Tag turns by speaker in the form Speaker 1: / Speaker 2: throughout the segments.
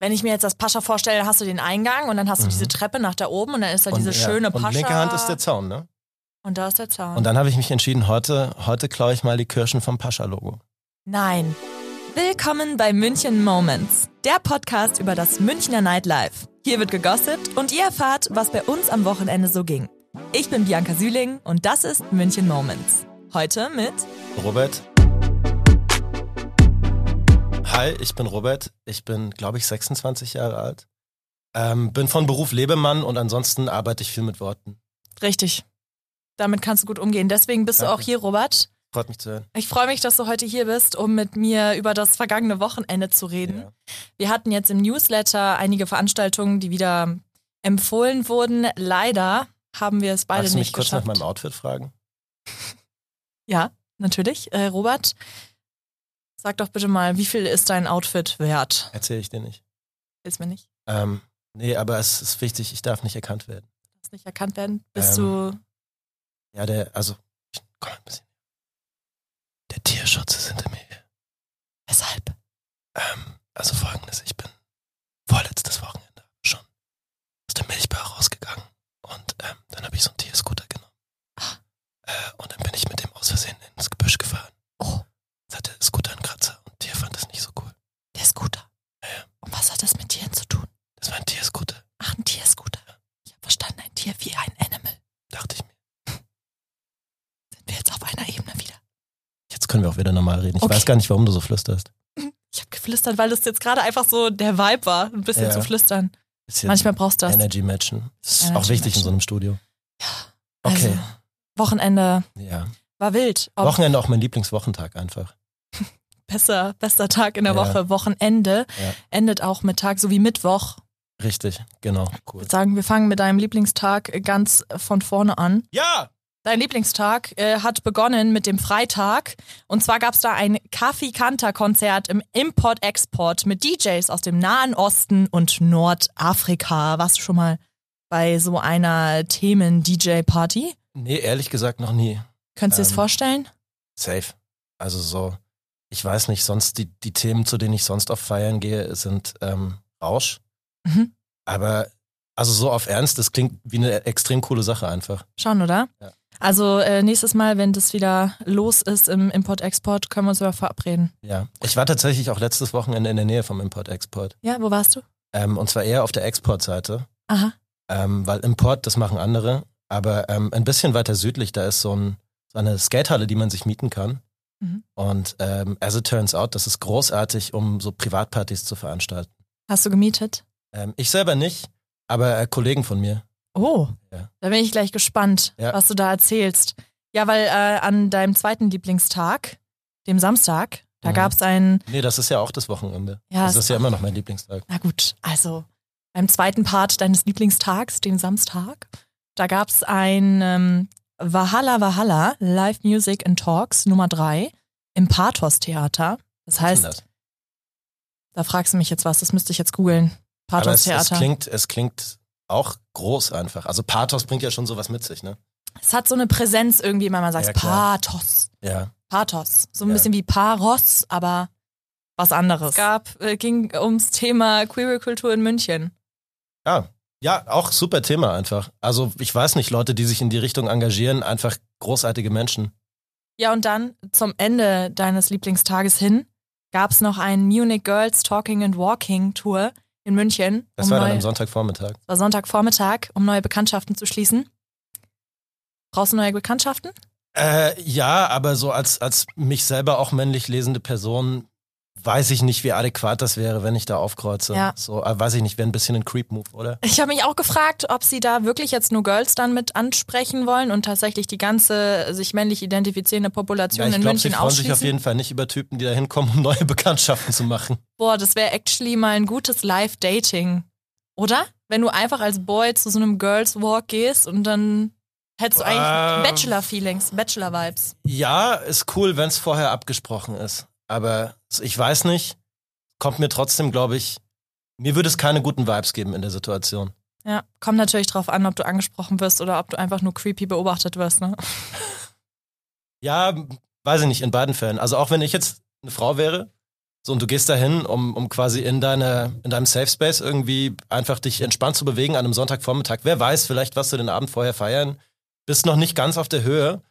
Speaker 1: wenn ich mir jetzt das Pascha vorstelle, hast du den Eingang und dann hast du diese Treppe nach da oben und dann ist da diese schöne Pascha.
Speaker 2: Mhm. Und linke Hand ist der Zaun, ne?
Speaker 1: Und da ist der Zaun.
Speaker 2: Und dann habe ich mich entschieden, heute, heute klaue ich mal die Kirschen vom Pascha-Logo.
Speaker 1: Nein. Willkommen bei München Moments, der Podcast über das Münchner Nightlife. Hier wird gegossipt und ihr erfahrt, was bei uns am Wochenende so ging. Ich bin Bianca Süling und das ist München Moments. Heute mit
Speaker 2: Robert. Hi, ich bin Robert. Ich bin, glaube ich, 26 Jahre alt. Ähm, bin von Beruf Lebemann und ansonsten arbeite ich viel mit Worten.
Speaker 1: Richtig. Damit kannst du gut umgehen. Deswegen bist du
Speaker 2: Danke.
Speaker 1: auch hier, Robert.
Speaker 2: Freut mich zu hören.
Speaker 1: Ich freue mich, dass du heute hier bist, um mit mir über das vergangene Wochenende zu reden.
Speaker 2: Ja.
Speaker 1: Wir hatten jetzt im Newsletter einige Veranstaltungen, die wieder empfohlen wurden. Leider haben wir es beide
Speaker 2: Magst du mich
Speaker 1: nicht
Speaker 2: kurz
Speaker 1: geschafft.
Speaker 2: nach meinem Outfit fragen?
Speaker 1: ja, natürlich. Äh, Robert, sag doch bitte mal, wie viel ist dein Outfit wert?
Speaker 2: Erzähle ich dir nicht.
Speaker 1: Ist mir nicht,
Speaker 2: Ähm, nee, aber es ist wichtig, ich darf nicht erkannt werden.
Speaker 1: ist nicht erkannt werden. Bist
Speaker 2: Ähm.
Speaker 1: du
Speaker 2: Ja, der, also, ich, komm ein bisschen. Der Tierschutz ist hinter mir.
Speaker 1: weshalb?
Speaker 2: Ähm, also folgendes, ich bin vorletztes Wochenende schon aus der Milchbar rausgegangen und ähm, dann habe ich so einen Tierscooter genommen.
Speaker 1: Ah.
Speaker 2: Äh, und dann bin ich mit dem aus Versehen ins Gebüsch gefahren.
Speaker 1: Oh.
Speaker 2: Jetzt hatte der Scooter einen Kratzer und Tier fand das nicht so cool.
Speaker 1: Der Scooter. Und was hat das mit Tieren zu tun?
Speaker 2: Das war ein Tierscooter,
Speaker 1: Ach, ein Tierscooter. Ich habe verstanden, ein Tier wie ein Animal.
Speaker 2: dachte ich mir.
Speaker 1: Sind wir jetzt auf einer Ebene wieder?
Speaker 2: Jetzt können wir auch wieder normal reden. Ich
Speaker 1: Okay.
Speaker 2: weiß gar nicht, warum du so flüsterst.
Speaker 1: Ich habe geflüstert, weil das jetzt gerade einfach so der Vibe war, ein bisschen
Speaker 2: Ja.
Speaker 1: zu flüstern.
Speaker 2: Bisschen
Speaker 1: Manchmal brauchst du das.
Speaker 2: Energy matchen. Ist auch
Speaker 1: Energy
Speaker 2: wichtig in
Speaker 1: matchen.
Speaker 2: so einem Studio.
Speaker 1: Also,
Speaker 2: Okay.
Speaker 1: Wochenende
Speaker 2: Ja.
Speaker 1: war wild. Ob
Speaker 2: Wochenende auch mein Lieblingswochentag einfach.
Speaker 1: besser, bester Tag in der
Speaker 2: Ja.
Speaker 1: Woche. Wochenende
Speaker 2: Ja.
Speaker 1: endet auch mit Tag, so wie Mittwoch.
Speaker 2: Richtig, genau.
Speaker 1: Ich
Speaker 2: Cool.
Speaker 1: würde sagen, wir fangen mit deinem Lieblingstag äh, ganz von vorne an.
Speaker 2: Ja!
Speaker 1: Dein Lieblingstag äh, hat begonnen mit dem Freitag. Und zwar gab es da ein Kaffee-Kanter-Konzert im Import-Export mit DJs aus dem Nahen Osten und Nordafrika. Warst du schon mal bei so einer Themen-DJ-Party?
Speaker 2: Nee, ehrlich gesagt noch nie.
Speaker 1: Könntest du dir das
Speaker 2: Ähm,
Speaker 1: vorstellen?
Speaker 2: Safe. Also so, ich weiß nicht, sonst die, die Themen, zu denen ich sonst auf Feiern gehe, sind ähm, Rausch.
Speaker 1: Mhm.
Speaker 2: Aber also so auf Ernst, das klingt wie eine extrem coole Sache einfach.
Speaker 1: Schon, oder?
Speaker 2: Ja.
Speaker 1: Also äh, nächstes Mal, wenn das wieder los ist im Import-Export, können wir uns über verabreden.
Speaker 2: Ja. Ich war tatsächlich auch letztes Wochenende in der Nähe vom Import-Export.
Speaker 1: Ja, wo warst du?
Speaker 2: Ähm, und zwar eher auf der Export-Seite,
Speaker 1: Aha.
Speaker 2: ähm, weil Import, das machen andere. Aber ähm, ein bisschen weiter südlich, da ist so, ein, so eine Skatehalle, die man sich mieten kann.
Speaker 1: Mhm.
Speaker 2: Und ähm, as it turns out, das ist großartig, um so Privatpartys zu veranstalten.
Speaker 1: Hast du gemietet?
Speaker 2: Ähm, ich selber nicht, aber äh, Kollegen von mir.
Speaker 1: Oh.
Speaker 2: Ja.
Speaker 1: Da bin ich gleich gespannt,
Speaker 2: Ja.
Speaker 1: was du da erzählst. Ja, weil äh, an deinem zweiten Lieblingstag, dem Samstag, da
Speaker 2: Mhm.
Speaker 1: gab's ein,
Speaker 2: Nee, das ist ja auch das Wochenende.
Speaker 1: Ja,
Speaker 2: also
Speaker 1: es-
Speaker 2: das ist ja immer noch mein Lieblingstag.
Speaker 1: na gut, also beim zweiten Part deines Lieblingstags, dem Samstag, da gab's ein ähm, Wahala Wahala, Live Music and Talks Nummer drei im Pathos Theater. Das
Speaker 2: Was ist
Speaker 1: heißt,
Speaker 2: denn das?
Speaker 1: Da fragst du mich jetzt was, das müsste ich jetzt googeln.
Speaker 2: Aber es, es,
Speaker 1: Pathos-Theater. Es,
Speaker 2: klingt, es klingt auch groß einfach. Also Pathos bringt ja schon sowas mit sich, ne?
Speaker 1: hat so eine Präsenz irgendwie, wenn man sagt
Speaker 2: Ja, klar.
Speaker 1: Pathos.
Speaker 2: Ja.
Speaker 1: Pathos. So ein
Speaker 2: Ja.
Speaker 1: bisschen wie Paros, aber was anderes. Es gab, äh, ging ums Thema queere Kultur in München.
Speaker 2: Ja. Ja, auch super Thema einfach. Also ich weiß nicht, Leute, die sich in die Richtung engagieren, einfach großartige Menschen.
Speaker 1: Ja, und dann zum Ende deines Lieblingstages hin gab's noch ein Munich Girls Talking and Walking Tour in München.
Speaker 2: Das war dann
Speaker 1: neue-
Speaker 2: am Sonntagvormittag.
Speaker 1: war Sonntagvormittag, um neue Bekanntschaften zu schließen. Brauchst du neue Bekanntschaften?
Speaker 2: Äh, ja, aber so als, als mich selber auch männlich lesende Person weiß ich nicht, wie adäquat das wäre, wenn ich da aufkreuze.
Speaker 1: Ja.
Speaker 2: So, äh, weiß ich nicht, wäre ein bisschen ein Creep-Move, oder?
Speaker 1: Ich habe mich auch gefragt, ob sie da wirklich jetzt nur Girls dann mit ansprechen wollen und tatsächlich die ganze sich männlich identifizierende Population
Speaker 2: ich
Speaker 1: in
Speaker 2: glaube, sie
Speaker 1: München
Speaker 2: freuen sich auf
Speaker 1: ausschließen.
Speaker 2: jeden Fall nicht über Typen, die da hinkommen, um neue Bekanntschaften zu machen.
Speaker 1: Boah, das wäre actually mal ein gutes Live-Dating, oder? Wenn du einfach als Boy zu so einem Girls Walk gehst und dann hättest du eigentlich
Speaker 2: Ähm.
Speaker 1: Bachelor-Feelings, Bachelor-Vibes.
Speaker 2: Ja, ist cool, wenn es vorher abgesprochen ist. Aber ich weiß nicht, kommt mir trotzdem, glaube ich, mir würde es keine guten Vibes geben in der Situation.
Speaker 1: Ja, kommt natürlich drauf an, ob du angesprochen wirst oder ob du einfach nur creepy beobachtet wirst, ne?
Speaker 2: Ja, weiß ich nicht, in beiden Fällen. Also auch wenn ich jetzt eine Frau wäre So, und du gehst dahin, um, um quasi in, deine, in deinem Safe Space irgendwie einfach dich entspannt zu bewegen an einem Sonntagvormittag. Wer weiß, vielleicht was du den Abend vorher feiern, bist noch nicht ganz auf der Höhe.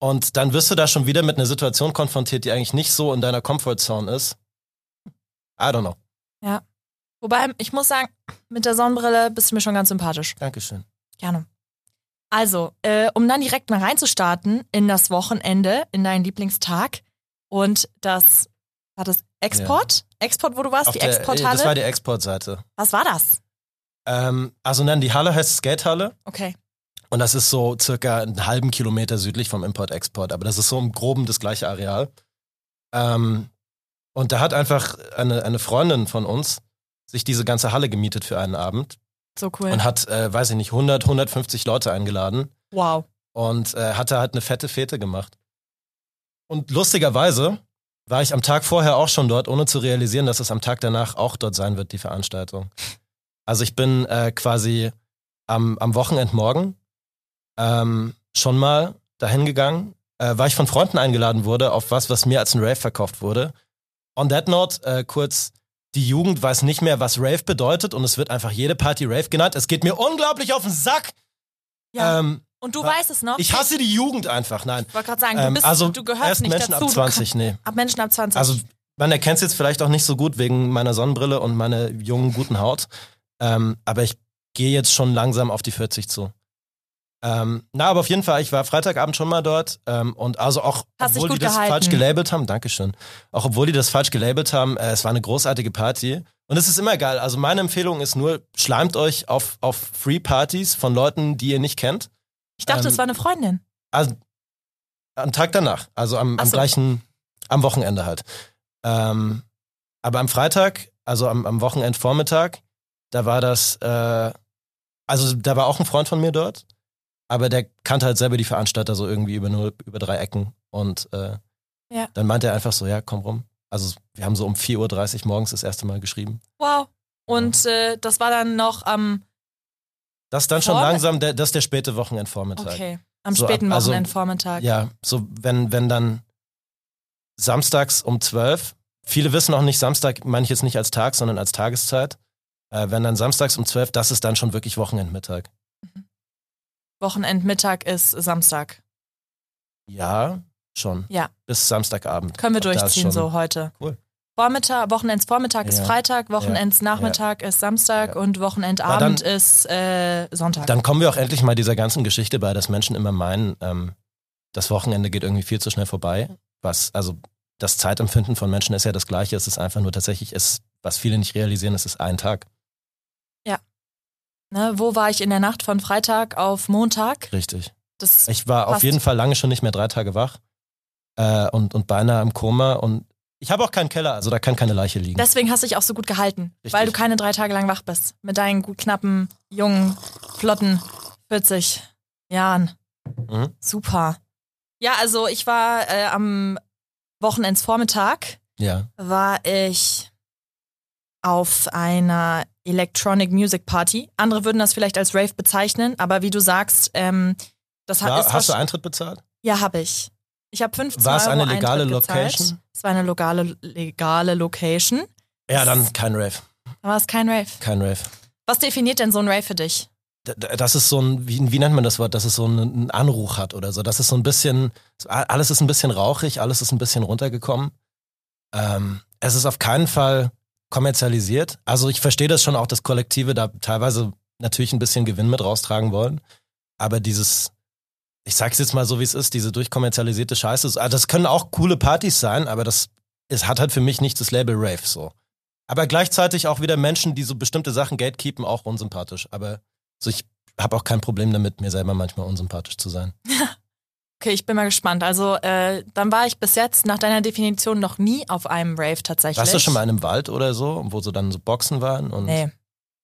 Speaker 2: Und dann wirst du da schon wieder mit einer Situation konfrontiert, die eigentlich nicht so in deiner Comfortzone ist. I don't know.
Speaker 1: Wobei, ich muss sagen, mit der Sonnenbrille bist du mir schon ganz sympathisch.
Speaker 2: Dankeschön.
Speaker 1: Gerne. Also, äh, um dann direkt mal reinzustarten in das Wochenende, in deinen Lieblingstag und das, war das Export? Export, wo du warst,
Speaker 2: Auf
Speaker 1: die
Speaker 2: der- äh,
Speaker 1: Exporthalle?
Speaker 2: Das war die Exportseite.
Speaker 1: Was war das?
Speaker 2: Ähm, also nein, die Halle heißt Skatehalle
Speaker 1: Okay.
Speaker 2: und das ist so circa einen halben Kilometer südlich vom Import-Export, aber das ist so im Groben das gleiche Areal. Ähm, und da hat einfach eine, eine Freundin von uns sich diese ganze Halle gemietet für einen Abend
Speaker 1: So cool.
Speaker 2: und hat, äh, weiß ich nicht, 100, 150 Leute eingeladen
Speaker 1: wow.
Speaker 2: und äh, hat da halt eine fette Fete gemacht. Und lustigerweise war ich am Tag vorher auch schon dort, ohne zu realisieren, dass es am Tag danach auch dort sein wird, die Veranstaltung. Also ich bin äh, quasi am, am Wochenendmorgen ähm, schon mal dahin gegangen, äh, weil ich von Freunden eingeladen wurde auf was, was mir als ein Rave verkauft wurde. On that note, äh, kurz, die Jugend weiß nicht mehr, was Rave bedeutet und es wird einfach jede Party Rave genannt. Es geht mir unglaublich auf den Sack.
Speaker 1: Ja.
Speaker 2: Ähm,
Speaker 1: und du
Speaker 2: wa-
Speaker 1: weißt es noch?
Speaker 2: ich hasse die Jugend einfach, nein.
Speaker 1: Ich wollte gerade sagen, du,
Speaker 2: Ähm,
Speaker 1: bist,
Speaker 2: also
Speaker 1: du gehörst
Speaker 2: erst
Speaker 1: nicht
Speaker 2: Menschen
Speaker 1: dazu.
Speaker 2: ab 20, nee.
Speaker 1: Du, ab Menschen ab 20.
Speaker 2: Also man erkennt es jetzt vielleicht auch nicht so gut wegen meiner Sonnenbrille und meiner jungen, guten Haut. Ähm, aber ich gehe jetzt schon langsam auf die 40 zu. Ähm, na, aber auf jeden Fall, ich war Freitagabend schon mal dort ähm, und also auch,
Speaker 1: Hast dich
Speaker 2: obwohl die
Speaker 1: gut
Speaker 2: das
Speaker 1: gehalten.
Speaker 2: falsch gelabelt haben, Dankeschön, auch obwohl die das falsch gelabelt haben, äh, es war eine großartige Party und es ist immer geil. Also meine Empfehlung ist nur, schleimt euch auf, auf Free-Partys von Leuten, die ihr nicht kennt.
Speaker 1: ich dachte,
Speaker 2: ähm,
Speaker 1: es war eine Freundin.
Speaker 2: Also, am Tag danach, also am,
Speaker 1: Ach
Speaker 2: am
Speaker 1: so.
Speaker 2: gleichen, am Wochenende halt. Ähm, aber am Freitag, also am, am Wochenendvormittag, da war das, äh, also da war auch ein Freund von mir dort, aber der kannte halt selber die Veranstalter so irgendwie über nur über drei Ecken und äh,
Speaker 1: Ja.
Speaker 2: dann meinte er einfach so, ja, komm rum. Also wir haben so um 4.30 Uhr morgens das erste Mal geschrieben.
Speaker 1: Wow. Und äh, das war dann noch am,
Speaker 2: Das ist dann schon
Speaker 1: Vormittag.
Speaker 2: langsam, der, das ist der späte Wochenendvormittag.
Speaker 1: okay, am
Speaker 2: So ab-
Speaker 1: späten
Speaker 2: also-
Speaker 1: Wochenendvormittag.
Speaker 2: Ja, so wenn, wenn dann samstags um 12, viele wissen auch nicht, Samstag meine ich jetzt nicht als Tag, sondern als Tageszeit, äh, wenn dann samstags um 12, das ist dann schon wirklich Wochenendmittag.
Speaker 1: Wochenendmittag ist Samstag.
Speaker 2: Ja, schon.
Speaker 1: Ja.
Speaker 2: Bis Samstagabend.
Speaker 1: Können wir
Speaker 2: Ich glaub, da ist
Speaker 1: durchziehen
Speaker 2: schon-
Speaker 1: so heute.
Speaker 2: Cool.
Speaker 1: Vormittag, Wochenends Vormittag ist
Speaker 2: Ja.
Speaker 1: Freitag, Wochenends Nachmittag ist Samstag
Speaker 2: Ja.
Speaker 1: und
Speaker 2: Na, dann-
Speaker 1: Wochenendabend ist äh, Sonntag.
Speaker 2: Dann kommen wir auch endlich mal dieser ganzen Geschichte bei, dass Menschen immer meinen, ähm, das Wochenende geht irgendwie viel zu schnell vorbei. Was, also das Zeitempfinden von Menschen ist ja das gleiche, es ist einfach nur tatsächlich, es, was viele nicht realisieren, es ist ein Tag.
Speaker 1: ne, wo war ich in der Nacht von Freitag auf Montag?
Speaker 2: Richtig.
Speaker 1: Das,
Speaker 2: Ich war auf
Speaker 1: Passt.
Speaker 2: jeden Fall lange schon nicht mehr drei Tage wach äh, und, und beinahe im Koma und ich habe auch keinen Keller, also da kann keine Leiche liegen.
Speaker 1: deswegen hast du dich auch so gut gehalten,
Speaker 2: Richtig.
Speaker 1: weil du keine drei Tage lang wach bist. Mit deinen gut knappen, jungen, flotten 40 Jahren.
Speaker 2: Mhm.
Speaker 1: Super. Ja, also ich war äh, am Wochenendsvormittag
Speaker 2: Ja.
Speaker 1: war ich auf einer Electronic Music Party. Andere würden das vielleicht als Rave bezeichnen, aber wie du sagst, ähm, das hat,
Speaker 2: War,
Speaker 1: ist
Speaker 2: hast du
Speaker 1: was-
Speaker 2: Eintritt bezahlt?
Speaker 1: Ja, habe ich. Ich habe 15
Speaker 2: War es
Speaker 1: Euro
Speaker 2: eine legale
Speaker 1: Eintritt gezahlt.
Speaker 2: Location?
Speaker 1: Es war eine legale, legale Location.
Speaker 2: Ja, dann kein Rave.
Speaker 1: Da war es kein Rave.
Speaker 2: Kein Rave.
Speaker 1: Was definiert denn so ein Rave für dich?
Speaker 2: D- d- Das ist so ein, wie, wie nennt man das Wort, dass es so einen- einen Anruf hat oder so. Das ist so ein bisschen, alles ist ein bisschen rauchig, alles ist ein bisschen runtergekommen. Ähm, es ist auf keinen Fall kommerzialisiert. Also ich verstehe das schon auch, dass Kollektive da teilweise natürlich ein bisschen Gewinn mit raustragen wollen. Aber dieses, ich sag's jetzt mal so, wie es ist, diese durchkommerzialisierte Scheiße, ist- ah, das können auch coole Partys sein, aber das es hat halt für mich nicht das Label Rave so. Aber gleichzeitig auch wieder Menschen, die so bestimmte Sachen gatekeepen, auch unsympathisch. Aber so ich habe auch kein Problem damit, mir selber manchmal unsympathisch zu sein.
Speaker 1: Okay, ich bin mal gespannt. Also, äh, dann war ich bis jetzt nach deiner Definition noch nie auf einem Rave tatsächlich.
Speaker 2: Warst du schon mal in einem Wald oder so, wo so dann so Boxen waren und
Speaker 1: Nee.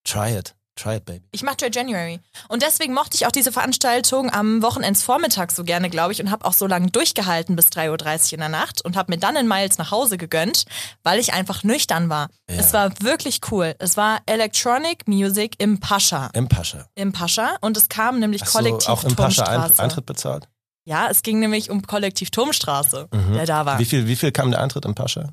Speaker 2: try it, try it, baby.
Speaker 1: Ich mache Dry January. Und deswegen mochte ich auch diese Veranstaltung am Wochenendsvormittag so gerne, glaube ich, und habe auch so lange durchgehalten bis 3.30 Uhr in der Nacht und habe mir dann in Miles nach Hause gegönnt, weil ich einfach nüchtern war.
Speaker 2: Ja.
Speaker 1: Es war wirklich cool. Es war Electronic Music im Pascha.
Speaker 2: Im Pascha.
Speaker 1: Im Pascha. Und es kam nämlich
Speaker 2: Hast
Speaker 1: Kollektiv
Speaker 2: du auch im Pascha Ein-
Speaker 1: Turmstraße.
Speaker 2: Eintritt bezahlt?
Speaker 1: ja, es ging nämlich um Kollektiv Turmstraße,
Speaker 2: Mhm.
Speaker 1: der da war.
Speaker 2: Wie viel, wie viel kam der Eintritt im Pascha?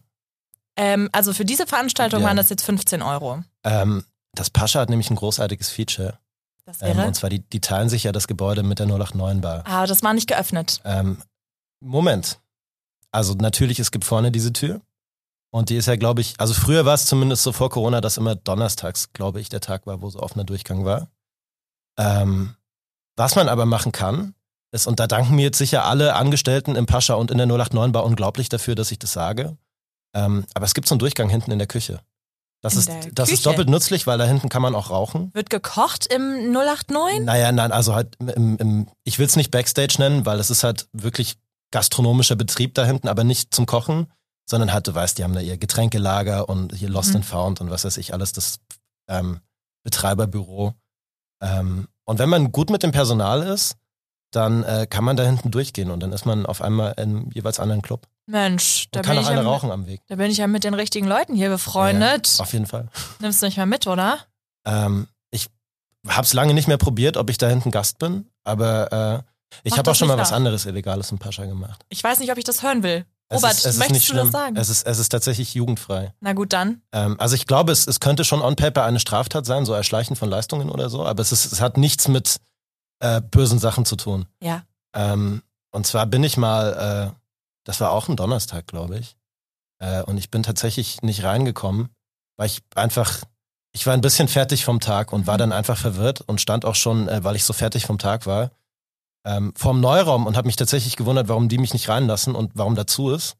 Speaker 1: Ähm, also für diese Veranstaltung
Speaker 2: Ja.
Speaker 1: waren das jetzt 15 Euro.
Speaker 2: Ähm, das Pascha hat nämlich ein großartiges Feature.
Speaker 1: Das
Speaker 2: Ähm,
Speaker 1: wäre.
Speaker 2: und zwar, die, die teilen sich ja das Gebäude mit der 089-Bar.
Speaker 1: ah, das war nicht geöffnet.
Speaker 2: Ähm, Moment. Also natürlich, es gibt vorne diese Tür. Und die ist ja, glaube ich, also früher war es zumindest so vor Corona, dass immer donnerstags, glaube ich, der Tag war, wo so offener Durchgang war. Ähm, was man aber machen kann, ist, und da danken mir jetzt sicher alle Angestellten im Pascha und in der 089 Bar unglaublich dafür, dass ich das sage. Ähm, aber es gibt so einen Durchgang hinten in der Küche. Das,
Speaker 1: In
Speaker 2: ist,
Speaker 1: der
Speaker 2: das ist
Speaker 1: Küche?
Speaker 2: doppelt nützlich, weil da hinten kann man auch rauchen.
Speaker 1: Wird gekocht im 089?
Speaker 2: Naja, nein, also halt, im, im, ich will es nicht Backstage nennen, weil es ist halt wirklich gastronomischer Betrieb da hinten, aber nicht zum Kochen, sondern halt, du weißt, die haben da ihr Getränkelager und hier Lost
Speaker 1: Mhm.
Speaker 2: and Found und was weiß ich alles, das ähm, Betreiberbüro. Ähm, und wenn man gut mit dem Personal ist, dann äh, kann man da hinten durchgehen und dann ist man auf einmal im jeweils anderen Club.
Speaker 1: Mensch, da
Speaker 2: Und kann
Speaker 1: bin,
Speaker 2: auch
Speaker 1: ich
Speaker 2: einer
Speaker 1: ja,
Speaker 2: rauchen am Weg.
Speaker 1: da bin ich ja mit den richtigen Leuten hier befreundet.
Speaker 2: Auf jeden Fall.
Speaker 1: Nimmst du nicht mal mit, oder?
Speaker 2: Ähm, ich habe es lange nicht mehr probiert, ob ich da hinten Gast bin, aber äh, ich
Speaker 1: Mach
Speaker 2: habe auch
Speaker 1: das
Speaker 2: schon mal
Speaker 1: nicht
Speaker 2: was
Speaker 1: nach.
Speaker 2: anderes Illegales in Pascha gemacht.
Speaker 1: Ich weiß nicht, ob ich das hören will.
Speaker 2: Es
Speaker 1: Robert,
Speaker 2: ist, es ist
Speaker 1: möchtest
Speaker 2: nicht
Speaker 1: du
Speaker 2: schlimm.
Speaker 1: das sagen?
Speaker 2: Es ist, es ist tatsächlich jugendfrei.
Speaker 1: Na gut, dann.
Speaker 2: Ähm, also ich glaube, es, es könnte schon on paper eine Straftat sein, so Erschleichen von Leistungen oder so, aber es, ist, es hat nichts mit äh, bösen Sachen zu tun.
Speaker 1: Ja.
Speaker 2: Ähm, und zwar bin ich mal, äh, das war auch ein Donnerstag, glaube ich. Äh, und ich bin tatsächlich nicht reingekommen, weil ich einfach, ich war ein bisschen fertig vom Tag und war dann einfach verwirrt und stand auch schon, äh, weil ich so fertig vom Tag war, ähm, vorm Neuraum und habe mich tatsächlich gewundert, warum die mich nicht reinlassen und warum dazu ist.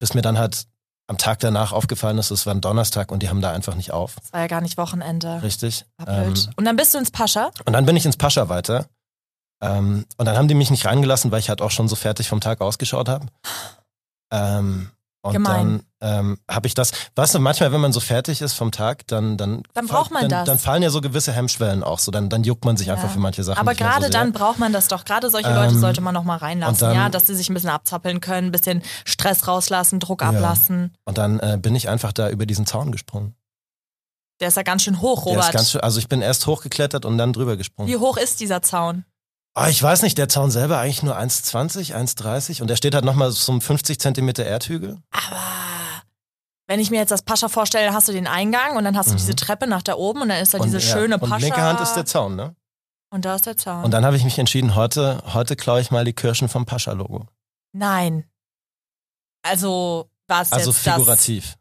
Speaker 2: Bis mir dann halt am Tag danach aufgefallen ist, es war ein Donnerstag und die haben da einfach nicht auf.
Speaker 1: Es war ja gar nicht Wochenende.
Speaker 2: Richtig. Ähm,
Speaker 1: Abbild. Und dann bist du ins Pascha.
Speaker 2: und dann bin ich ins Pascha weiter. Ähm, und dann haben die mich nicht reingelassen, weil ich halt auch schon so fertig vom Tag ausgeschaut habe. Ähm, und
Speaker 1: Gemein.
Speaker 2: dann ähm, habe ich das. Weißt du, manchmal, wenn man so fertig ist vom Tag, dann dann,
Speaker 1: Dann braucht man
Speaker 2: dann,
Speaker 1: das.
Speaker 2: Dann fallen ja so gewisse Hemmschwellen auch so. Dann, dann juckt man sich einfach
Speaker 1: Ja.
Speaker 2: für manche Sachen.
Speaker 1: Aber
Speaker 2: nicht mehr so
Speaker 1: gerade
Speaker 2: sehr.
Speaker 1: dann braucht man das doch. Gerade solche Leute
Speaker 2: Ähm,
Speaker 1: sollte man noch mal reinlassen.
Speaker 2: und dann-
Speaker 1: ja, dass sie sich ein bisschen abzappeln können, ein bisschen Stress rauslassen, Druck
Speaker 2: Ja.
Speaker 1: ablassen.
Speaker 2: Und dann äh, bin ich einfach da über diesen Zaun gesprungen.
Speaker 1: Der ist ja ganz schön hoch,
Speaker 2: Der
Speaker 1: Robert.
Speaker 2: ist ganz schön, also ich bin erst hochgeklettert und dann drüber gesprungen.
Speaker 1: Wie hoch ist dieser Zaun?
Speaker 2: Ah, ich weiß nicht, der Zaun selber eigentlich nur 1,20, 1,30 und der steht halt nochmal so um 50 Zentimeter Erdhügel.
Speaker 1: Aber wenn ich mir jetzt das Pascha vorstelle, hast du den Eingang und dann hast du
Speaker 2: Mhm.
Speaker 1: diese Treppe nach da oben und dann ist da diese
Speaker 2: und, ja,
Speaker 1: schöne Pascha.
Speaker 2: Und linke Hand ist der Zaun, ne?
Speaker 1: Und da ist der Zaun.
Speaker 2: Und dann habe ich mich entschieden, heute, heute klaue ich mal die Kirschen vom Pascha-Logo.
Speaker 1: Nein. Also war es
Speaker 2: Also
Speaker 1: jetzt
Speaker 2: figurativ.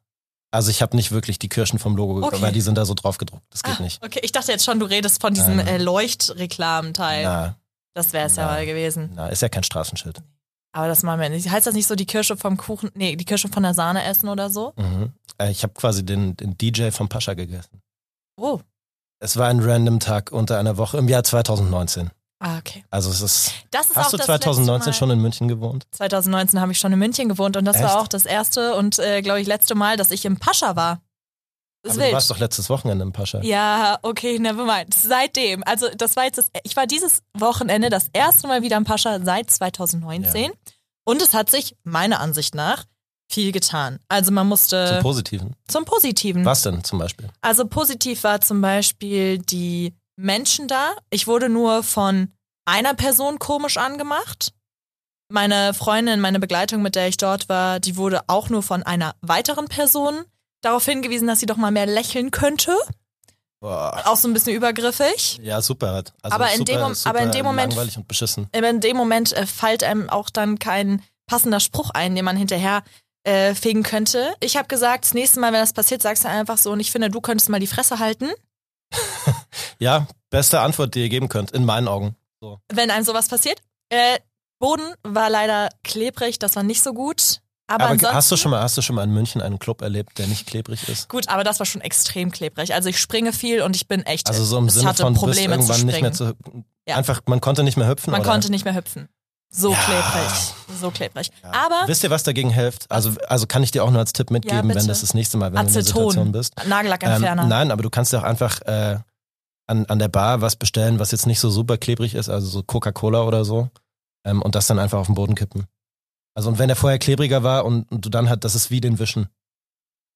Speaker 2: Also ich habe nicht wirklich die Kirschen vom Logo,
Speaker 1: Okay. Ah,
Speaker 2: okay. weil die sind da so drauf gedruckt. Das geht
Speaker 1: das?
Speaker 2: nicht.
Speaker 1: Okay, ich dachte jetzt schon, du redest von diesem
Speaker 2: Ähm.
Speaker 1: äh, Leuchtreklamenteil.
Speaker 2: Na,
Speaker 1: Das wäre es ja
Speaker 2: Na.
Speaker 1: mal gewesen.
Speaker 2: na, ist ja kein Straßenschild.
Speaker 1: Aber das machen wir nicht. Heißt das nicht so die Kirsche vom Kuchen, nee, die Kirsche von der Sahne essen oder so?
Speaker 2: Mhm. Äh, Ich habe quasi den, den DJ vom Pascha gegessen.
Speaker 1: Oh.
Speaker 2: Es war ein random Tag unter einer Woche im Jahr 2019.
Speaker 1: Ah, okay.
Speaker 2: Also es ist.
Speaker 1: Das ist auch
Speaker 2: hast du
Speaker 1: das
Speaker 2: 2019
Speaker 1: letzte Mal.
Speaker 2: schon in München gewohnt?
Speaker 1: 2019 habe ich schon in München gewohnt und das
Speaker 2: Echt?
Speaker 1: war auch das erste und, äh, glaube ich, letzte Mal, dass ich im Pascha war. Das
Speaker 2: Aber
Speaker 1: ist
Speaker 2: du
Speaker 1: wild.
Speaker 2: warst doch letztes Wochenende im Pascha.
Speaker 1: Ja, okay, never mind. Seitdem, also das war jetzt das, ich war dieses Wochenende das erste Mal wieder im Pascha seit 2019 und es hat sich meiner Ansicht nach viel getan. Also man musste
Speaker 2: Zum Positiven.
Speaker 1: zum Positiven.
Speaker 2: Was denn zum Beispiel?
Speaker 1: Also positiv war zum Beispiel die Menschen da. Ich wurde nur von einer Person komisch angemacht. Meine Freundin, meine Begleitung, mit der ich dort war, die wurde auch nur von einer weiteren Person darauf hingewiesen, dass sie doch mal mehr lächeln könnte.
Speaker 2: Boah.
Speaker 1: Auch so ein bisschen übergriffig.
Speaker 2: Ja, super. halt. Also
Speaker 1: Aber in
Speaker 2: super,
Speaker 1: dem Mom-
Speaker 2: super
Speaker 1: aber in dem Moment-
Speaker 2: langweilig und beschissen.
Speaker 1: Aber in dem Moment äh, fällt einem auch dann kein passender Spruch ein, den man hinterher äh, fegen könnte. Ich habe gesagt, das nächste Mal, wenn das passiert, sagst du einfach so, und ich finde, du könntest mal die Fresse halten.
Speaker 2: Ja, beste Antwort, die ihr geben könnt, in meinen Augen.
Speaker 1: wenn einem sowas passiert. Äh, Boden war leider klebrig, das war nicht so gut. Aber,
Speaker 2: Aber,
Speaker 1: ansonsten.
Speaker 2: hast, du schon mal, hast du schon mal in München einen Club erlebt, der nicht klebrig ist?
Speaker 1: Gut, aber das war schon extrem klebrig. Also ich springe viel und ich bin echt.
Speaker 2: Also so im
Speaker 1: ich
Speaker 2: Sinne
Speaker 1: hatte
Speaker 2: von du bist
Speaker 1: Probleme zu
Speaker 2: irgendwann nicht
Speaker 1: springen.
Speaker 2: mehr zu
Speaker 1: Ja.
Speaker 2: einfach man konnte nicht mehr hüpfen
Speaker 1: man
Speaker 2: oder?
Speaker 1: konnte nicht mehr hüpfen. So
Speaker 2: Ja.
Speaker 1: klebrig. So klebrig.
Speaker 2: Ja.
Speaker 1: Aber
Speaker 2: Wisst ihr, was dagegen hilft? Also also kann ich dir auch nur als Tipp mitgeben, wenn
Speaker 1: bitte.
Speaker 2: das das nächste Mal, wenn du in der
Speaker 1: Aceton.
Speaker 2: Situation bist.
Speaker 1: Nagellackentferner.
Speaker 2: Ähm, nein, aber du kannst ja auch einfach äh, an, an der Bar was bestellen, was jetzt nicht so super klebrig ist, also so Coca-Cola oder so, ähm, und das dann einfach auf den Boden kippen. Also und wenn der vorher klebriger war und, und du dann halt, das ist wie den Wischen.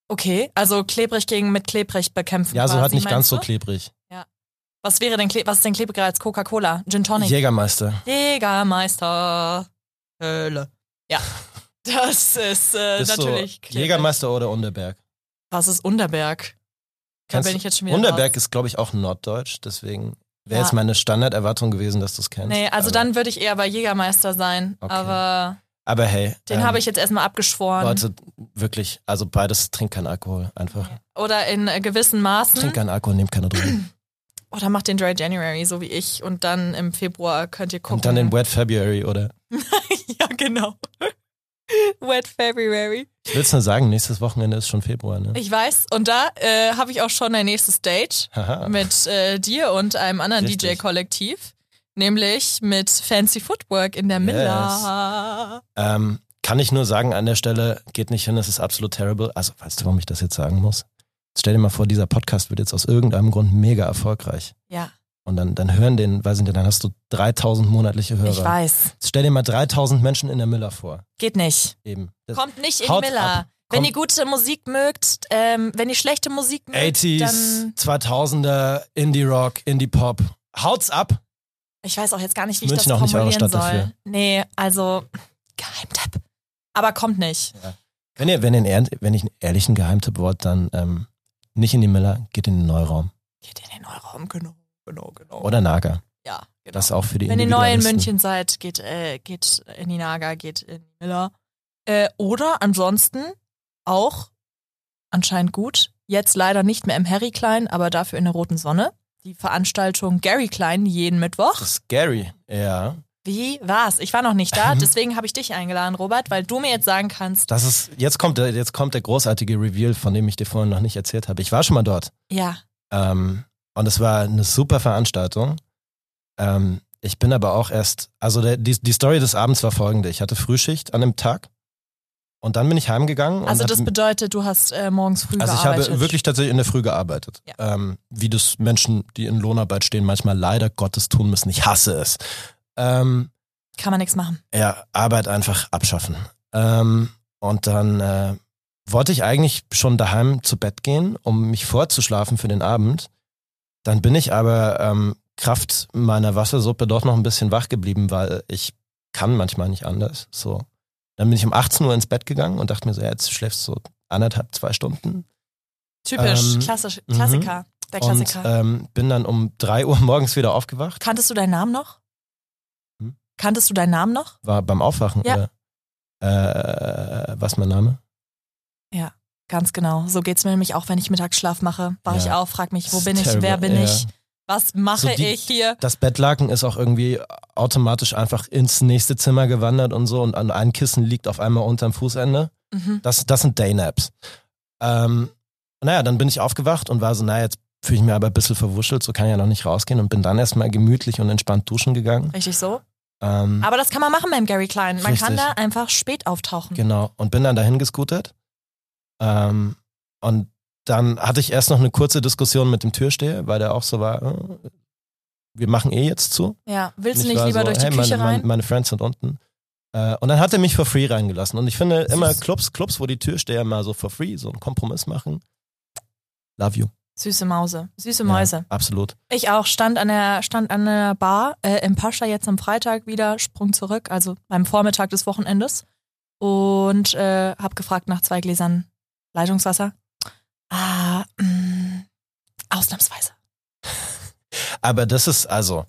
Speaker 1: okay, also klebrig gegen mit klebrig bekämpfen.
Speaker 2: Ja, so
Speaker 1: quasi,
Speaker 2: halt nicht ganz
Speaker 1: meinst
Speaker 2: so
Speaker 1: du?
Speaker 2: klebrig.
Speaker 1: Was wäre denn kleb was ist denn klebriger als Coca-Cola? Gin Tonic.
Speaker 2: Jägermeister.
Speaker 1: Jägermeister. Hölle. Ja. Das ist äh,
Speaker 2: Bist du
Speaker 1: natürlich. Klebe.
Speaker 2: Jägermeister oder Unterberg?
Speaker 1: Was ist Unterberg? Da
Speaker 2: Kennst
Speaker 1: bin
Speaker 2: du-
Speaker 1: ich jetzt schon wieder.
Speaker 2: Unterberg
Speaker 1: raus.
Speaker 2: ist, glaube ich, auch norddeutsch, deswegen wäre
Speaker 1: Ja.
Speaker 2: jetzt meine Standarderwartung gewesen, dass du es kennst.
Speaker 1: Nee, also
Speaker 2: aber,
Speaker 1: dann würde ich eher bei Jägermeister sein.
Speaker 2: Okay.
Speaker 1: Aber
Speaker 2: Aber hey.
Speaker 1: den
Speaker 2: ähm,
Speaker 1: habe ich jetzt erstmal abgeschworen.
Speaker 2: Leute, wirklich, also beides trinkt keinen Alkohol, einfach.
Speaker 1: Oder in äh, gewissen Maßen.
Speaker 2: Trinkt keinen Alkohol, nehmt keine Drogen.
Speaker 1: Oder macht den Dry January, so wie ich. Und dann im Februar könnt ihr gucken.
Speaker 2: Und dann den Wet February, oder?
Speaker 1: ja, genau. Wet February.
Speaker 2: Ich will es nur sagen, nächstes Wochenende ist schon Februar, ne?
Speaker 1: Ich weiß. Und da äh, habe ich auch schon ein nächstes Date
Speaker 2: Haha.
Speaker 1: mit äh, dir und einem anderen
Speaker 2: Richtig.
Speaker 1: DJ-Kollektiv. Nämlich mit Fancy Footwork in der Miller.
Speaker 2: Ähm, kann ich nur sagen an der Stelle, geht nicht hin, es ist absolut terrible. Also, weißt du, warum ich das jetzt sagen muss? Jetzt stell dir mal vor, dieser Podcast wird jetzt aus irgendeinem Grund mega erfolgreich.
Speaker 1: Ja,
Speaker 2: Und dann, dann hören den, weiß ich nicht, dann hast du 3000 monatliche Hörer.
Speaker 1: ich weiß.
Speaker 2: Jetzt Stell dir mal 3000 Menschen in der Müller vor.
Speaker 1: Geht nicht.
Speaker 2: Eben. Das
Speaker 1: Kommt nicht in
Speaker 2: haut
Speaker 1: die Miller.
Speaker 2: ab.
Speaker 1: Wenn
Speaker 2: Kommt-
Speaker 1: ihr gute Musik mögt, ähm, wenn ihr schlechte Musik mögt,
Speaker 2: 80s,
Speaker 1: dann...
Speaker 2: 2000er, Indie-Rock, Indie-Pop. Haut's ab.
Speaker 1: Ich weiß auch jetzt gar nicht, wie
Speaker 2: Ist
Speaker 1: ich
Speaker 2: München
Speaker 1: das
Speaker 2: auch nicht eure
Speaker 1: formulieren
Speaker 2: Stadt
Speaker 1: soll.
Speaker 2: dafür?
Speaker 1: Nee, also Geheimtipp. Aber kommt nicht.
Speaker 2: Wenn ihr, wenn ihr einen, ehren- wenn ich einen ehrlichen Geheimtipp wollt, dann ähm, nicht in die Müller, geht in den Neuraum.
Speaker 1: Geht in den Neuraum, genau, genau, genau.
Speaker 2: Oder Naga.
Speaker 1: ja, genau.
Speaker 2: Das ist auch für die
Speaker 1: Wenn ihr neu in
Speaker 2: Individualisten.
Speaker 1: München seid, geht, äh, geht in die Naga, geht in die Miller. Äh, oder ansonsten auch anscheinend gut. Jetzt leider nicht mehr im Harry Klein, aber dafür in der Roten Sonne. Die Veranstaltung Gary Klein jeden Mittwoch.
Speaker 2: Scary. Ja.
Speaker 1: Wie war's? Ich war noch nicht da,
Speaker 2: Ähm.
Speaker 1: deswegen habe ich dich eingeladen, Robert, weil du mir jetzt sagen kannst,
Speaker 2: Das ist, jetzt kommt, der, jetzt kommt der großartige Reveal, von dem ich dir vorhin noch nicht erzählt habe. Ich war schon mal dort.
Speaker 1: ja, also
Speaker 2: Ähm, und es war eine super Veranstaltung. Ähm, ich bin aber auch erst, also der, die, die Story des Abends war folgende. Ich hatte Frühschicht an dem Tag und dann bin ich heimgegangen.
Speaker 1: Also
Speaker 2: und
Speaker 1: das
Speaker 2: hab,
Speaker 1: bedeutet, du hast äh, morgens früh
Speaker 2: also ich
Speaker 1: gearbeitet.
Speaker 2: habe wirklich tatsächlich in der Früh gearbeitet.
Speaker 1: Ja.
Speaker 2: Ähm, wie das Menschen, die in Lohnarbeit stehen, manchmal leider Gottes tun müssen. Ich hasse es. Ähm,
Speaker 1: Kann man nichts machen.
Speaker 2: ja, Arbeit einfach abschaffen. Ähm, und dann äh, wollte ich eigentlich schon daheim zu Bett gehen, um mich vorzuschlafen für den Abend. Dann bin ich aber ähm, Kraft meiner Wassersuppe doch noch ein bisschen wach geblieben, weil ich kann manchmal nicht anders. So. Dann bin ich um 18 Uhr ins Bett gegangen und dachte mir so, ja, jetzt schläfst du so anderthalb, zwei Stunden.
Speaker 1: Typisch,
Speaker 2: Ähm,
Speaker 1: klassisch,
Speaker 2: mhm.
Speaker 1: Klassiker, der
Speaker 2: Und
Speaker 1: Klassiker.
Speaker 2: ähm, bin dann um 3 Uhr morgens wieder aufgewacht.
Speaker 1: Kanntest du deinen Namen noch?
Speaker 2: Hm?
Speaker 1: Kanntest du deinen Namen noch?
Speaker 2: War beim Aufwachen.
Speaker 1: Ja.
Speaker 2: Oder, äh, was mein Name?
Speaker 1: Ganz genau. So geht's mir nämlich auch, wenn ich Mittagsschlaf mache. Wach
Speaker 2: Ja.
Speaker 1: ich auf, frag mich, wo
Speaker 2: Das
Speaker 1: bin
Speaker 2: ist
Speaker 1: ich,
Speaker 2: terrible,
Speaker 1: wer bin
Speaker 2: ja.
Speaker 1: ich, was mache
Speaker 2: So die-
Speaker 1: ich hier?
Speaker 2: das Bettlaken ist auch irgendwie automatisch einfach ins nächste Zimmer gewandert und so und an einem Kissen liegt auf einmal unterm Fußende.
Speaker 1: Mhm.
Speaker 2: Das, das sind Daynaps. Ähm, naja, dann bin ich aufgewacht und war so, naja, jetzt fühle ich mich aber ein bisschen verwuschelt, so kann ich ja noch nicht rausgehen und bin dann erstmal gemütlich und entspannt duschen gegangen.
Speaker 1: Richtig so.
Speaker 2: Ähm,
Speaker 1: Aber das kann man machen beim Gary Klein. Man kann
Speaker 2: Richtig.
Speaker 1: da einfach spät auftauchen.
Speaker 2: Genau, und bin dann dahin gescootert. Ähm, und dann hatte ich erst noch eine kurze Diskussion mit dem Türsteher, weil der auch so war, äh, wir machen eh jetzt zu.
Speaker 1: Ja. Willst
Speaker 2: Ich
Speaker 1: du nicht
Speaker 2: war
Speaker 1: lieber
Speaker 2: so,
Speaker 1: durch die
Speaker 2: hey,
Speaker 1: Küche
Speaker 2: meine, meine-
Speaker 1: rein?
Speaker 2: Meine Friends sind unten. Äh, und dann hat er mich for free reingelassen. Und ich finde immer Clubs, Clubs, wo die Türsteher mal so for free so einen Kompromiss machen. Love you.
Speaker 1: Süße Mause. Süße
Speaker 2: Ja,
Speaker 1: Mäuse.
Speaker 2: absolut.
Speaker 1: Ich auch. Stand an der, stand an der Bar äh, im Pascha jetzt am Freitag wieder, sprung zurück, also beim Vormittag des Wochenendes. Und äh, hab gefragt nach zwei Gläsern Leitungswasser. Ah, mh, ausnahmsweise.
Speaker 2: Aber das ist also,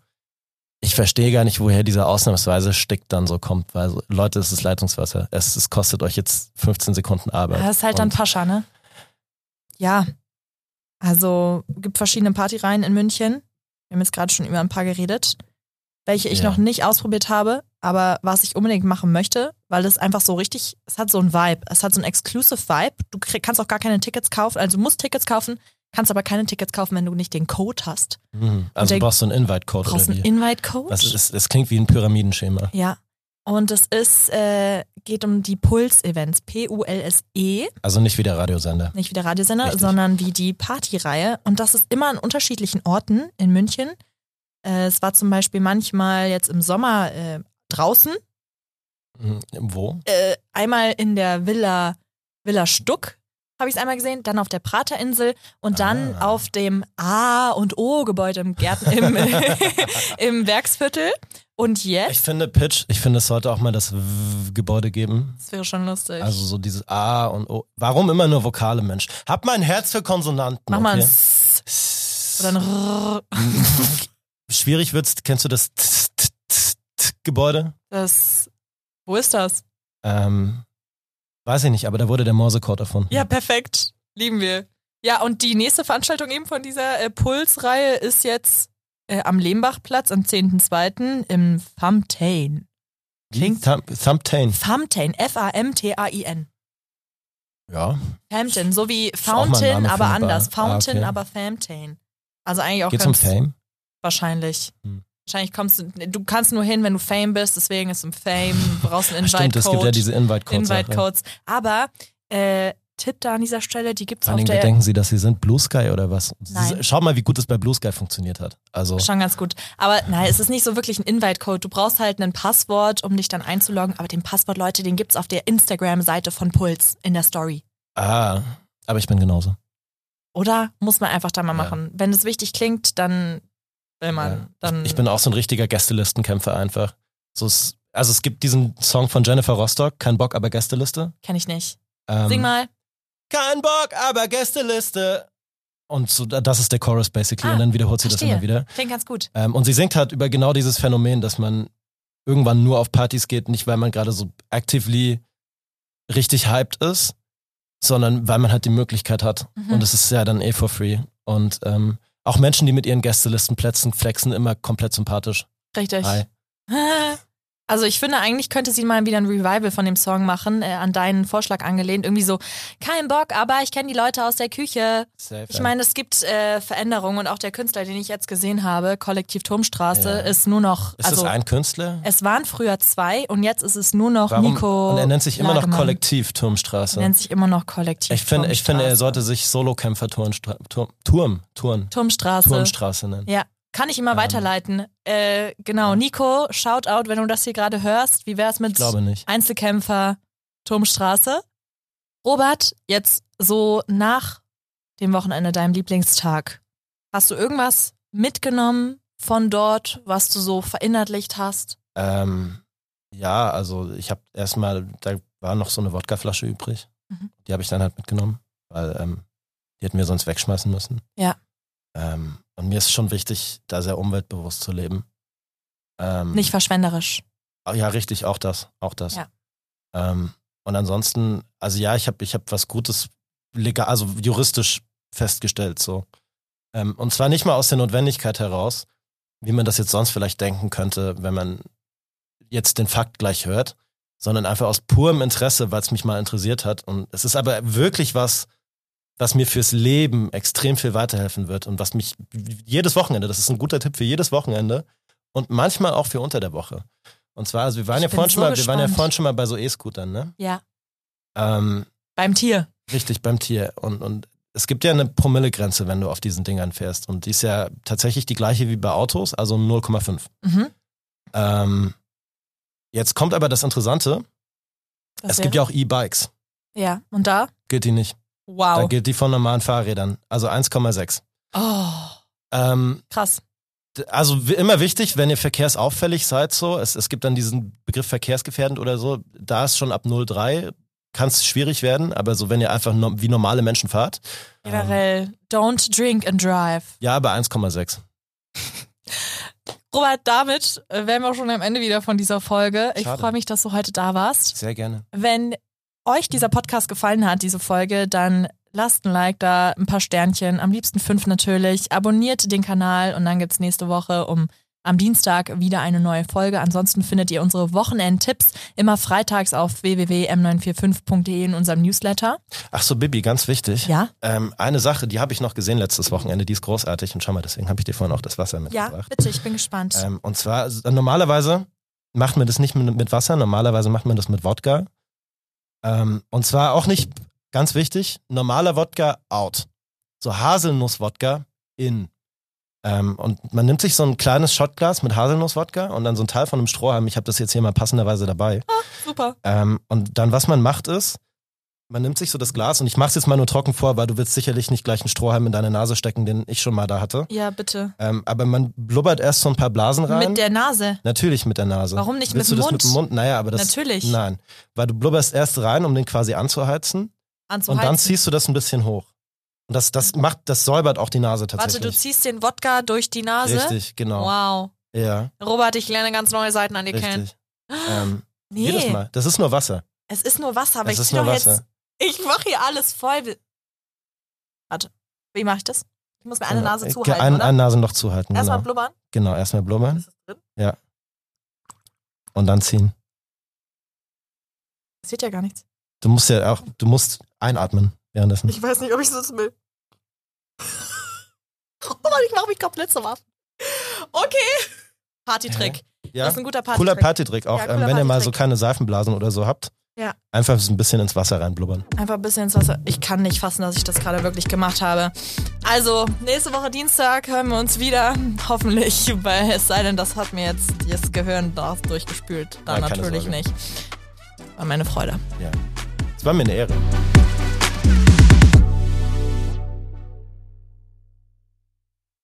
Speaker 2: ich verstehe gar nicht, woher dieser ausnahmsweise Stick dann so kommt, weil so, Leute, es ist Leitungswasser. Es, es kostet euch jetzt 15 Sekunden Arbeit.
Speaker 1: Das ist halt dann
Speaker 2: Und
Speaker 1: Pascha, ne? Ja. Also gibt verschiedene Partyreihen in München. Wir haben jetzt gerade schon über ein paar geredet, welche ich
Speaker 2: Ja.
Speaker 1: noch nicht ausprobiert habe, aber was ich unbedingt machen möchte, weil es einfach so richtig, es hat so einen Vibe, es hat so einen exclusive Vibe. Du krieg, kannst auch gar keine Tickets kaufen, also du musst Tickets kaufen, kannst aber keine Tickets kaufen, wenn du nicht den Code hast.
Speaker 2: Mhm. Also
Speaker 1: Und
Speaker 2: du
Speaker 1: der-
Speaker 2: brauchst so einen Invite-Code
Speaker 1: Du brauchst
Speaker 2: oder
Speaker 1: einen
Speaker 2: wie?
Speaker 1: Invite-Code.
Speaker 2: Das, ist, das klingt wie ein Pyramidenschema.
Speaker 1: Ja. Und es ist, äh, geht um die Puls-Events, P-U-L-S-E.
Speaker 2: Also nicht wie der Radiosender.
Speaker 1: nicht wie der Radiosender,
Speaker 2: Richtig.
Speaker 1: sondern wie die Partyreihe. Und das ist immer an unterschiedlichen Orten in München. Äh, es war zum Beispiel manchmal jetzt im Sommer äh, draußen,
Speaker 2: Mhm. Wo?
Speaker 1: äh, einmal in der Villa, Villa Stuck habe ich es einmal gesehen, dann auf der Praterinsel und dann
Speaker 2: Ah.
Speaker 1: auf dem A und O Gebäude im Gärten im, im Werksviertel Und jetzt?
Speaker 2: Ich finde Pitch, ich finde, es sollte auch mal das W- Gebäude geben.
Speaker 1: Das wäre schon lustig.
Speaker 2: Also so dieses A und O. Warum immer nur Vokale, Mensch? Hab mal ein Herz für Konsonanten.
Speaker 1: Mach mal ein
Speaker 2: okay?
Speaker 1: S oder ein R.
Speaker 2: Schwierig wird's, kennst du das T- T- T- T- Gebäude?
Speaker 1: Das. Wo ist das?
Speaker 2: Ähm, weiß ich nicht, aber da wurde der Morsecode davon.
Speaker 1: Ja, perfekt. Lieben wir. Ja, und die nächste Veranstaltung eben von dieser äh, Pulsreihe ist jetzt äh, am Lehmbachplatz am 10.02. im Famtain.
Speaker 2: klingt. Thumptain.
Speaker 1: Famtain, F-A-M-T-A-I-N.
Speaker 2: Ja.
Speaker 1: Famtain, so wie
Speaker 2: auch mal ein
Speaker 1: Fountain,
Speaker 2: Name für
Speaker 1: aber
Speaker 2: eine Bar.
Speaker 1: anders.
Speaker 2: Ah,
Speaker 1: Fountain,
Speaker 2: okay.
Speaker 1: aber Famtain. Also eigentlich auch
Speaker 2: Geht's um
Speaker 1: ganz
Speaker 2: Fame?
Speaker 1: wahrscheinlich.
Speaker 2: Hm.
Speaker 1: Wahrscheinlich kommst du, du kannst nur hin, wenn du Fame bist, deswegen ist im Fame, du brauchst einen
Speaker 2: Ah, Stimmt, es gibt ja
Speaker 1: Invite-Code.
Speaker 2: diese Invite-Codes. ja.
Speaker 1: Invite-Codes. Aber äh, Tipp da an dieser Stelle, die gibt's
Speaker 2: Vor allen
Speaker 1: auf
Speaker 2: Dingen, wie
Speaker 1: der
Speaker 2: denken Sie, dass Sie sind Blue Sky oder was?
Speaker 1: Nein.
Speaker 2: Schaut mal, wie gut es bei Blue Sky funktioniert hat. Also,
Speaker 1: Schon ganz gut. Aber nein, es ist nicht so wirklich ein Invite-Code. Du brauchst halt ein Passwort, um dich dann einzuloggen. Aber den Passwort, Leute, den gibt's auf der Instagram-Seite von Puls in der Story.
Speaker 2: ah, aber ich bin genauso.
Speaker 1: Oder? Muss man einfach da mal
Speaker 2: Ja.
Speaker 1: machen. Wenn es wichtig klingt, dann will man.
Speaker 2: Ja.
Speaker 1: Dann
Speaker 2: Ich bin auch so ein richtiger Gästelistenkämpfer einfach. So, es- also es gibt diesen Song von Jennifer Rostock, kein Bock, aber Gästeliste.
Speaker 1: kenn ich nicht.
Speaker 2: Ähm,
Speaker 1: Sing mal.
Speaker 2: Kein Bock, aber Gästeliste. Und so, das ist der Chorus basically.
Speaker 1: Ah,
Speaker 2: und dann wiederholt sie das
Speaker 1: verstehe.
Speaker 2: immer wieder.
Speaker 1: Klingt ganz gut.
Speaker 2: Ähm, und sie singt halt über genau dieses Phänomen, dass man irgendwann nur auf Partys geht, nicht weil man gerade so actively richtig hyped ist, sondern weil man halt die Möglichkeit hat.
Speaker 1: Mhm.
Speaker 2: Und es ist ja dann eh for free. Und ähm, auch Menschen, die mit ihren Gästelistenplätzen flexen, immer komplett sympathisch.
Speaker 1: Richtig.
Speaker 2: Hi.
Speaker 1: Also ich finde, eigentlich könnte sie mal wieder ein Revival von dem Song machen, äh, an deinen Vorschlag angelehnt. Irgendwie so, kein Bock, aber ich kenne die Leute aus der Küche.
Speaker 2: Safe,
Speaker 1: Ich meine, es gibt äh, Veränderungen und auch der Künstler, den ich jetzt gesehen habe, Kollektiv Turmstraße,
Speaker 2: Ja.
Speaker 1: ist nur noch.
Speaker 2: ist
Speaker 1: also,
Speaker 2: das ein Künstler?
Speaker 1: es waren früher zwei und jetzt ist es nur noch
Speaker 2: Warum?
Speaker 1: Nico.
Speaker 2: und er nennt sich immer noch
Speaker 1: Lagemann.
Speaker 2: Kollektiv Turmstraße.
Speaker 1: Nennt sich immer noch Kollektiv.
Speaker 2: Ich finde, ich finde, er
Speaker 1: Turmstraße.
Speaker 2: sollte sich Solokämpfer Turnstra Turm, Turm, Turn,
Speaker 1: Turmstraße.
Speaker 2: Turmstraße nennen.
Speaker 1: Ja, kann ich immer
Speaker 2: Ähm.
Speaker 1: weiterleiten. Äh, genau,
Speaker 2: Ja.
Speaker 1: Nico, Shoutout, wenn du das hier gerade hörst. Wie wär's mit
Speaker 2: Ich glaube nicht.
Speaker 1: Einzelkämpfer Turmstraße? Robert, jetzt so nach dem Wochenende, deinem Lieblingstag, hast du irgendwas mitgenommen von dort, was du so verinnerlicht hast?
Speaker 2: Ähm, ja, also ich habe erstmal, da war noch so eine Wodkaflasche übrig.
Speaker 1: Mhm.
Speaker 2: Die habe ich dann halt mitgenommen, weil ähm, die hätten wir sonst wegschmeißen müssen.
Speaker 1: Ja.
Speaker 2: Ähm, und mir ist schon wichtig, da sehr umweltbewusst zu leben. Ähm,
Speaker 1: Nicht verschwenderisch.
Speaker 2: Ah, Ja, richtig, auch das, auch das.
Speaker 1: Ja.
Speaker 2: Ähm, und ansonsten, also ja, ich habe ich hab was Gutes legal, also juristisch festgestellt, so. Ähm, und zwar nicht mal aus der Notwendigkeit heraus, wie man das jetzt sonst vielleicht denken könnte, wenn man jetzt den Fakt gleich hört, sondern einfach aus purem Interesse, weil es mich mal interessiert hat. Und es ist aber wirklich was, was mir fürs Leben extrem viel weiterhelfen wird und was mich jedes Wochenende, das ist ein guter Tipp für jedes Wochenende und manchmal auch für unter der Woche. Und zwar, also wir waren
Speaker 1: Ich
Speaker 2: ja
Speaker 1: bin
Speaker 2: vorhin schon
Speaker 1: so
Speaker 2: mal, wir waren ja
Speaker 1: gespannt.
Speaker 2: vorhin schon mal bei so E-Scootern, ne?
Speaker 1: Ja.
Speaker 2: Ähm,
Speaker 1: Beim Tier.
Speaker 2: richtig, beim Tier. Und, und es gibt ja eine Promillegrenze, wenn du auf diesen Dingern fährst. Und die ist ja tatsächlich die gleiche wie bei Autos, also 0,5.
Speaker 1: Mhm.
Speaker 2: Ähm, jetzt kommt aber das Interessante,
Speaker 1: Das
Speaker 2: es gibt ja
Speaker 1: wäre-
Speaker 2: auch E-Bikes.
Speaker 1: Ja, und da?
Speaker 2: Gilt die nicht. Da
Speaker 1: Wow.
Speaker 2: gilt die von normalen Fahrrädern. Also 1,6.
Speaker 1: Oh,
Speaker 2: Ähm,
Speaker 1: krass.
Speaker 2: d- also wie immer wichtig, wenn ihr verkehrsauffällig seid, so, es, es gibt dann diesen Begriff verkehrsgefährdend oder so, da ist schon ab 0,3 kann es schwierig werden, aber so wenn ihr einfach no wie normale Menschen fahrt. Ähm,
Speaker 1: Generell, don't drink and drive.
Speaker 2: ja, bei 1,6.
Speaker 1: Robert, damit äh, wären wir auch schon am Ende wieder von dieser Folge. Ich
Speaker 2: Schade.
Speaker 1: freue mich, dass du heute da warst.
Speaker 2: Sehr gerne.
Speaker 1: Wenn euch dieser Podcast gefallen hat, diese Folge, dann lasst ein Like da, ein paar Sternchen, am liebsten fünf natürlich. Abonniert den Kanal und dann gibt's nächste Woche um am Dienstag wieder eine neue Folge. Ansonsten findet ihr unsere Wochenendtipps immer freitags auf www.m945.de in unserem Newsletter.
Speaker 2: Ach so, Bibi, ganz wichtig.
Speaker 1: Ja?
Speaker 2: Ähm, eine Sache, die habe ich noch gesehen letztes Wochenende, die ist großartig und schau mal, deswegen habe ich dir vorhin auch das Wasser
Speaker 1: Ja,
Speaker 2: mitgebracht.
Speaker 1: bitte, ich bin gespannt.
Speaker 2: Ähm, und zwar, also, normalerweise macht man das nicht mit, mit Wasser, normalerweise macht man das mit Wodka. Ähm, und zwar auch nicht, ganz wichtig, normaler Wodka out. So Haselnuss-Wodka in. Ähm, und man nimmt sich so ein kleines Shotglas mit Haselnuss-Wodka und dann so ein Teil von einem Strohhalm. Ich habe das jetzt hier mal passenderweise dabei.
Speaker 1: Super.
Speaker 2: Ähm, und dann, was man macht, ist, Man nimmt sich so das Glas und ich mach's jetzt mal nur trocken vor, weil du willst sicherlich nicht gleich einen Strohhalm in deine Nase stecken, den ich schon mal da hatte.
Speaker 1: Ja, bitte.
Speaker 2: Ähm, aber man blubbert erst so ein paar Blasen rein.
Speaker 1: Mit der Nase.
Speaker 2: Natürlich mit der Nase.
Speaker 1: Warum nicht
Speaker 2: Willst
Speaker 1: mit dem
Speaker 2: du das
Speaker 1: Mund?
Speaker 2: mit dem Mund? Naja, aber das.
Speaker 1: Natürlich.
Speaker 2: Nein. Weil du blubberst erst rein, um den quasi anzuheizen.
Speaker 1: Anzuheizen.
Speaker 2: Und dann ziehst du das ein bisschen hoch. Und das, das macht, das säubert auch die Nase
Speaker 1: Warte,
Speaker 2: tatsächlich.
Speaker 1: du ziehst den Wodka durch die Nase?
Speaker 2: Richtig, genau.
Speaker 1: Wow.
Speaker 2: Ja,
Speaker 1: Robert, ich lerne ganz neue Seiten an dir kennen.
Speaker 2: richtig. Ähm,
Speaker 1: Nee,
Speaker 2: Jedes Mal. Das ist nur Wasser.
Speaker 1: es ist nur Wasser, aber
Speaker 2: Es
Speaker 1: ich
Speaker 2: ist
Speaker 1: zieh
Speaker 2: nur
Speaker 1: doch
Speaker 2: Wasser.
Speaker 1: jetzt. Ich mache hier alles voll. Warte, wie mache ich das? Ich muss mir eine
Speaker 2: Genau.
Speaker 1: Nase
Speaker 2: Äh,
Speaker 1: zuhalten,
Speaker 2: Ein,
Speaker 1: oder?
Speaker 2: ein Nasenloch zuhalten,
Speaker 1: Erstmal
Speaker 2: genau.
Speaker 1: blubbern.
Speaker 2: Genau, erstmal blubbern
Speaker 1: Ist es drin?
Speaker 2: und dann ziehen.
Speaker 1: Es wird ja gar nichts.
Speaker 2: Du musst ja auch, du musst einatmen währenddessen.
Speaker 1: Ich weiß nicht, ob ich sitzen will. oh Mann, ich mache mich komplett zum Affen. Okay. Partytrick. Das
Speaker 2: Ja,
Speaker 1: ist ein guter Partytrick.
Speaker 2: cooler Partytrick auch,
Speaker 1: Ja,
Speaker 2: ähm,
Speaker 1: cooler
Speaker 2: wenn ihr mal so
Speaker 1: Partytrick.
Speaker 2: keine Seifenblasen oder so habt.
Speaker 1: Ja.
Speaker 2: Einfach so ein bisschen ins Wasser reinblubbern.
Speaker 1: Einfach ein bisschen ins Wasser. Ich kann nicht fassen, dass ich das gerade wirklich gemacht habe. Also, nächste Woche Dienstag hören wir uns wieder. Hoffentlich, weil es sei denn, das hat mir jetzt das Gehirn da durchgespült. Da
Speaker 2: Nein, keine
Speaker 1: natürlich
Speaker 2: Sorge.
Speaker 1: nicht. War meine Freude.
Speaker 2: Ja. Es war mir eine Ehre.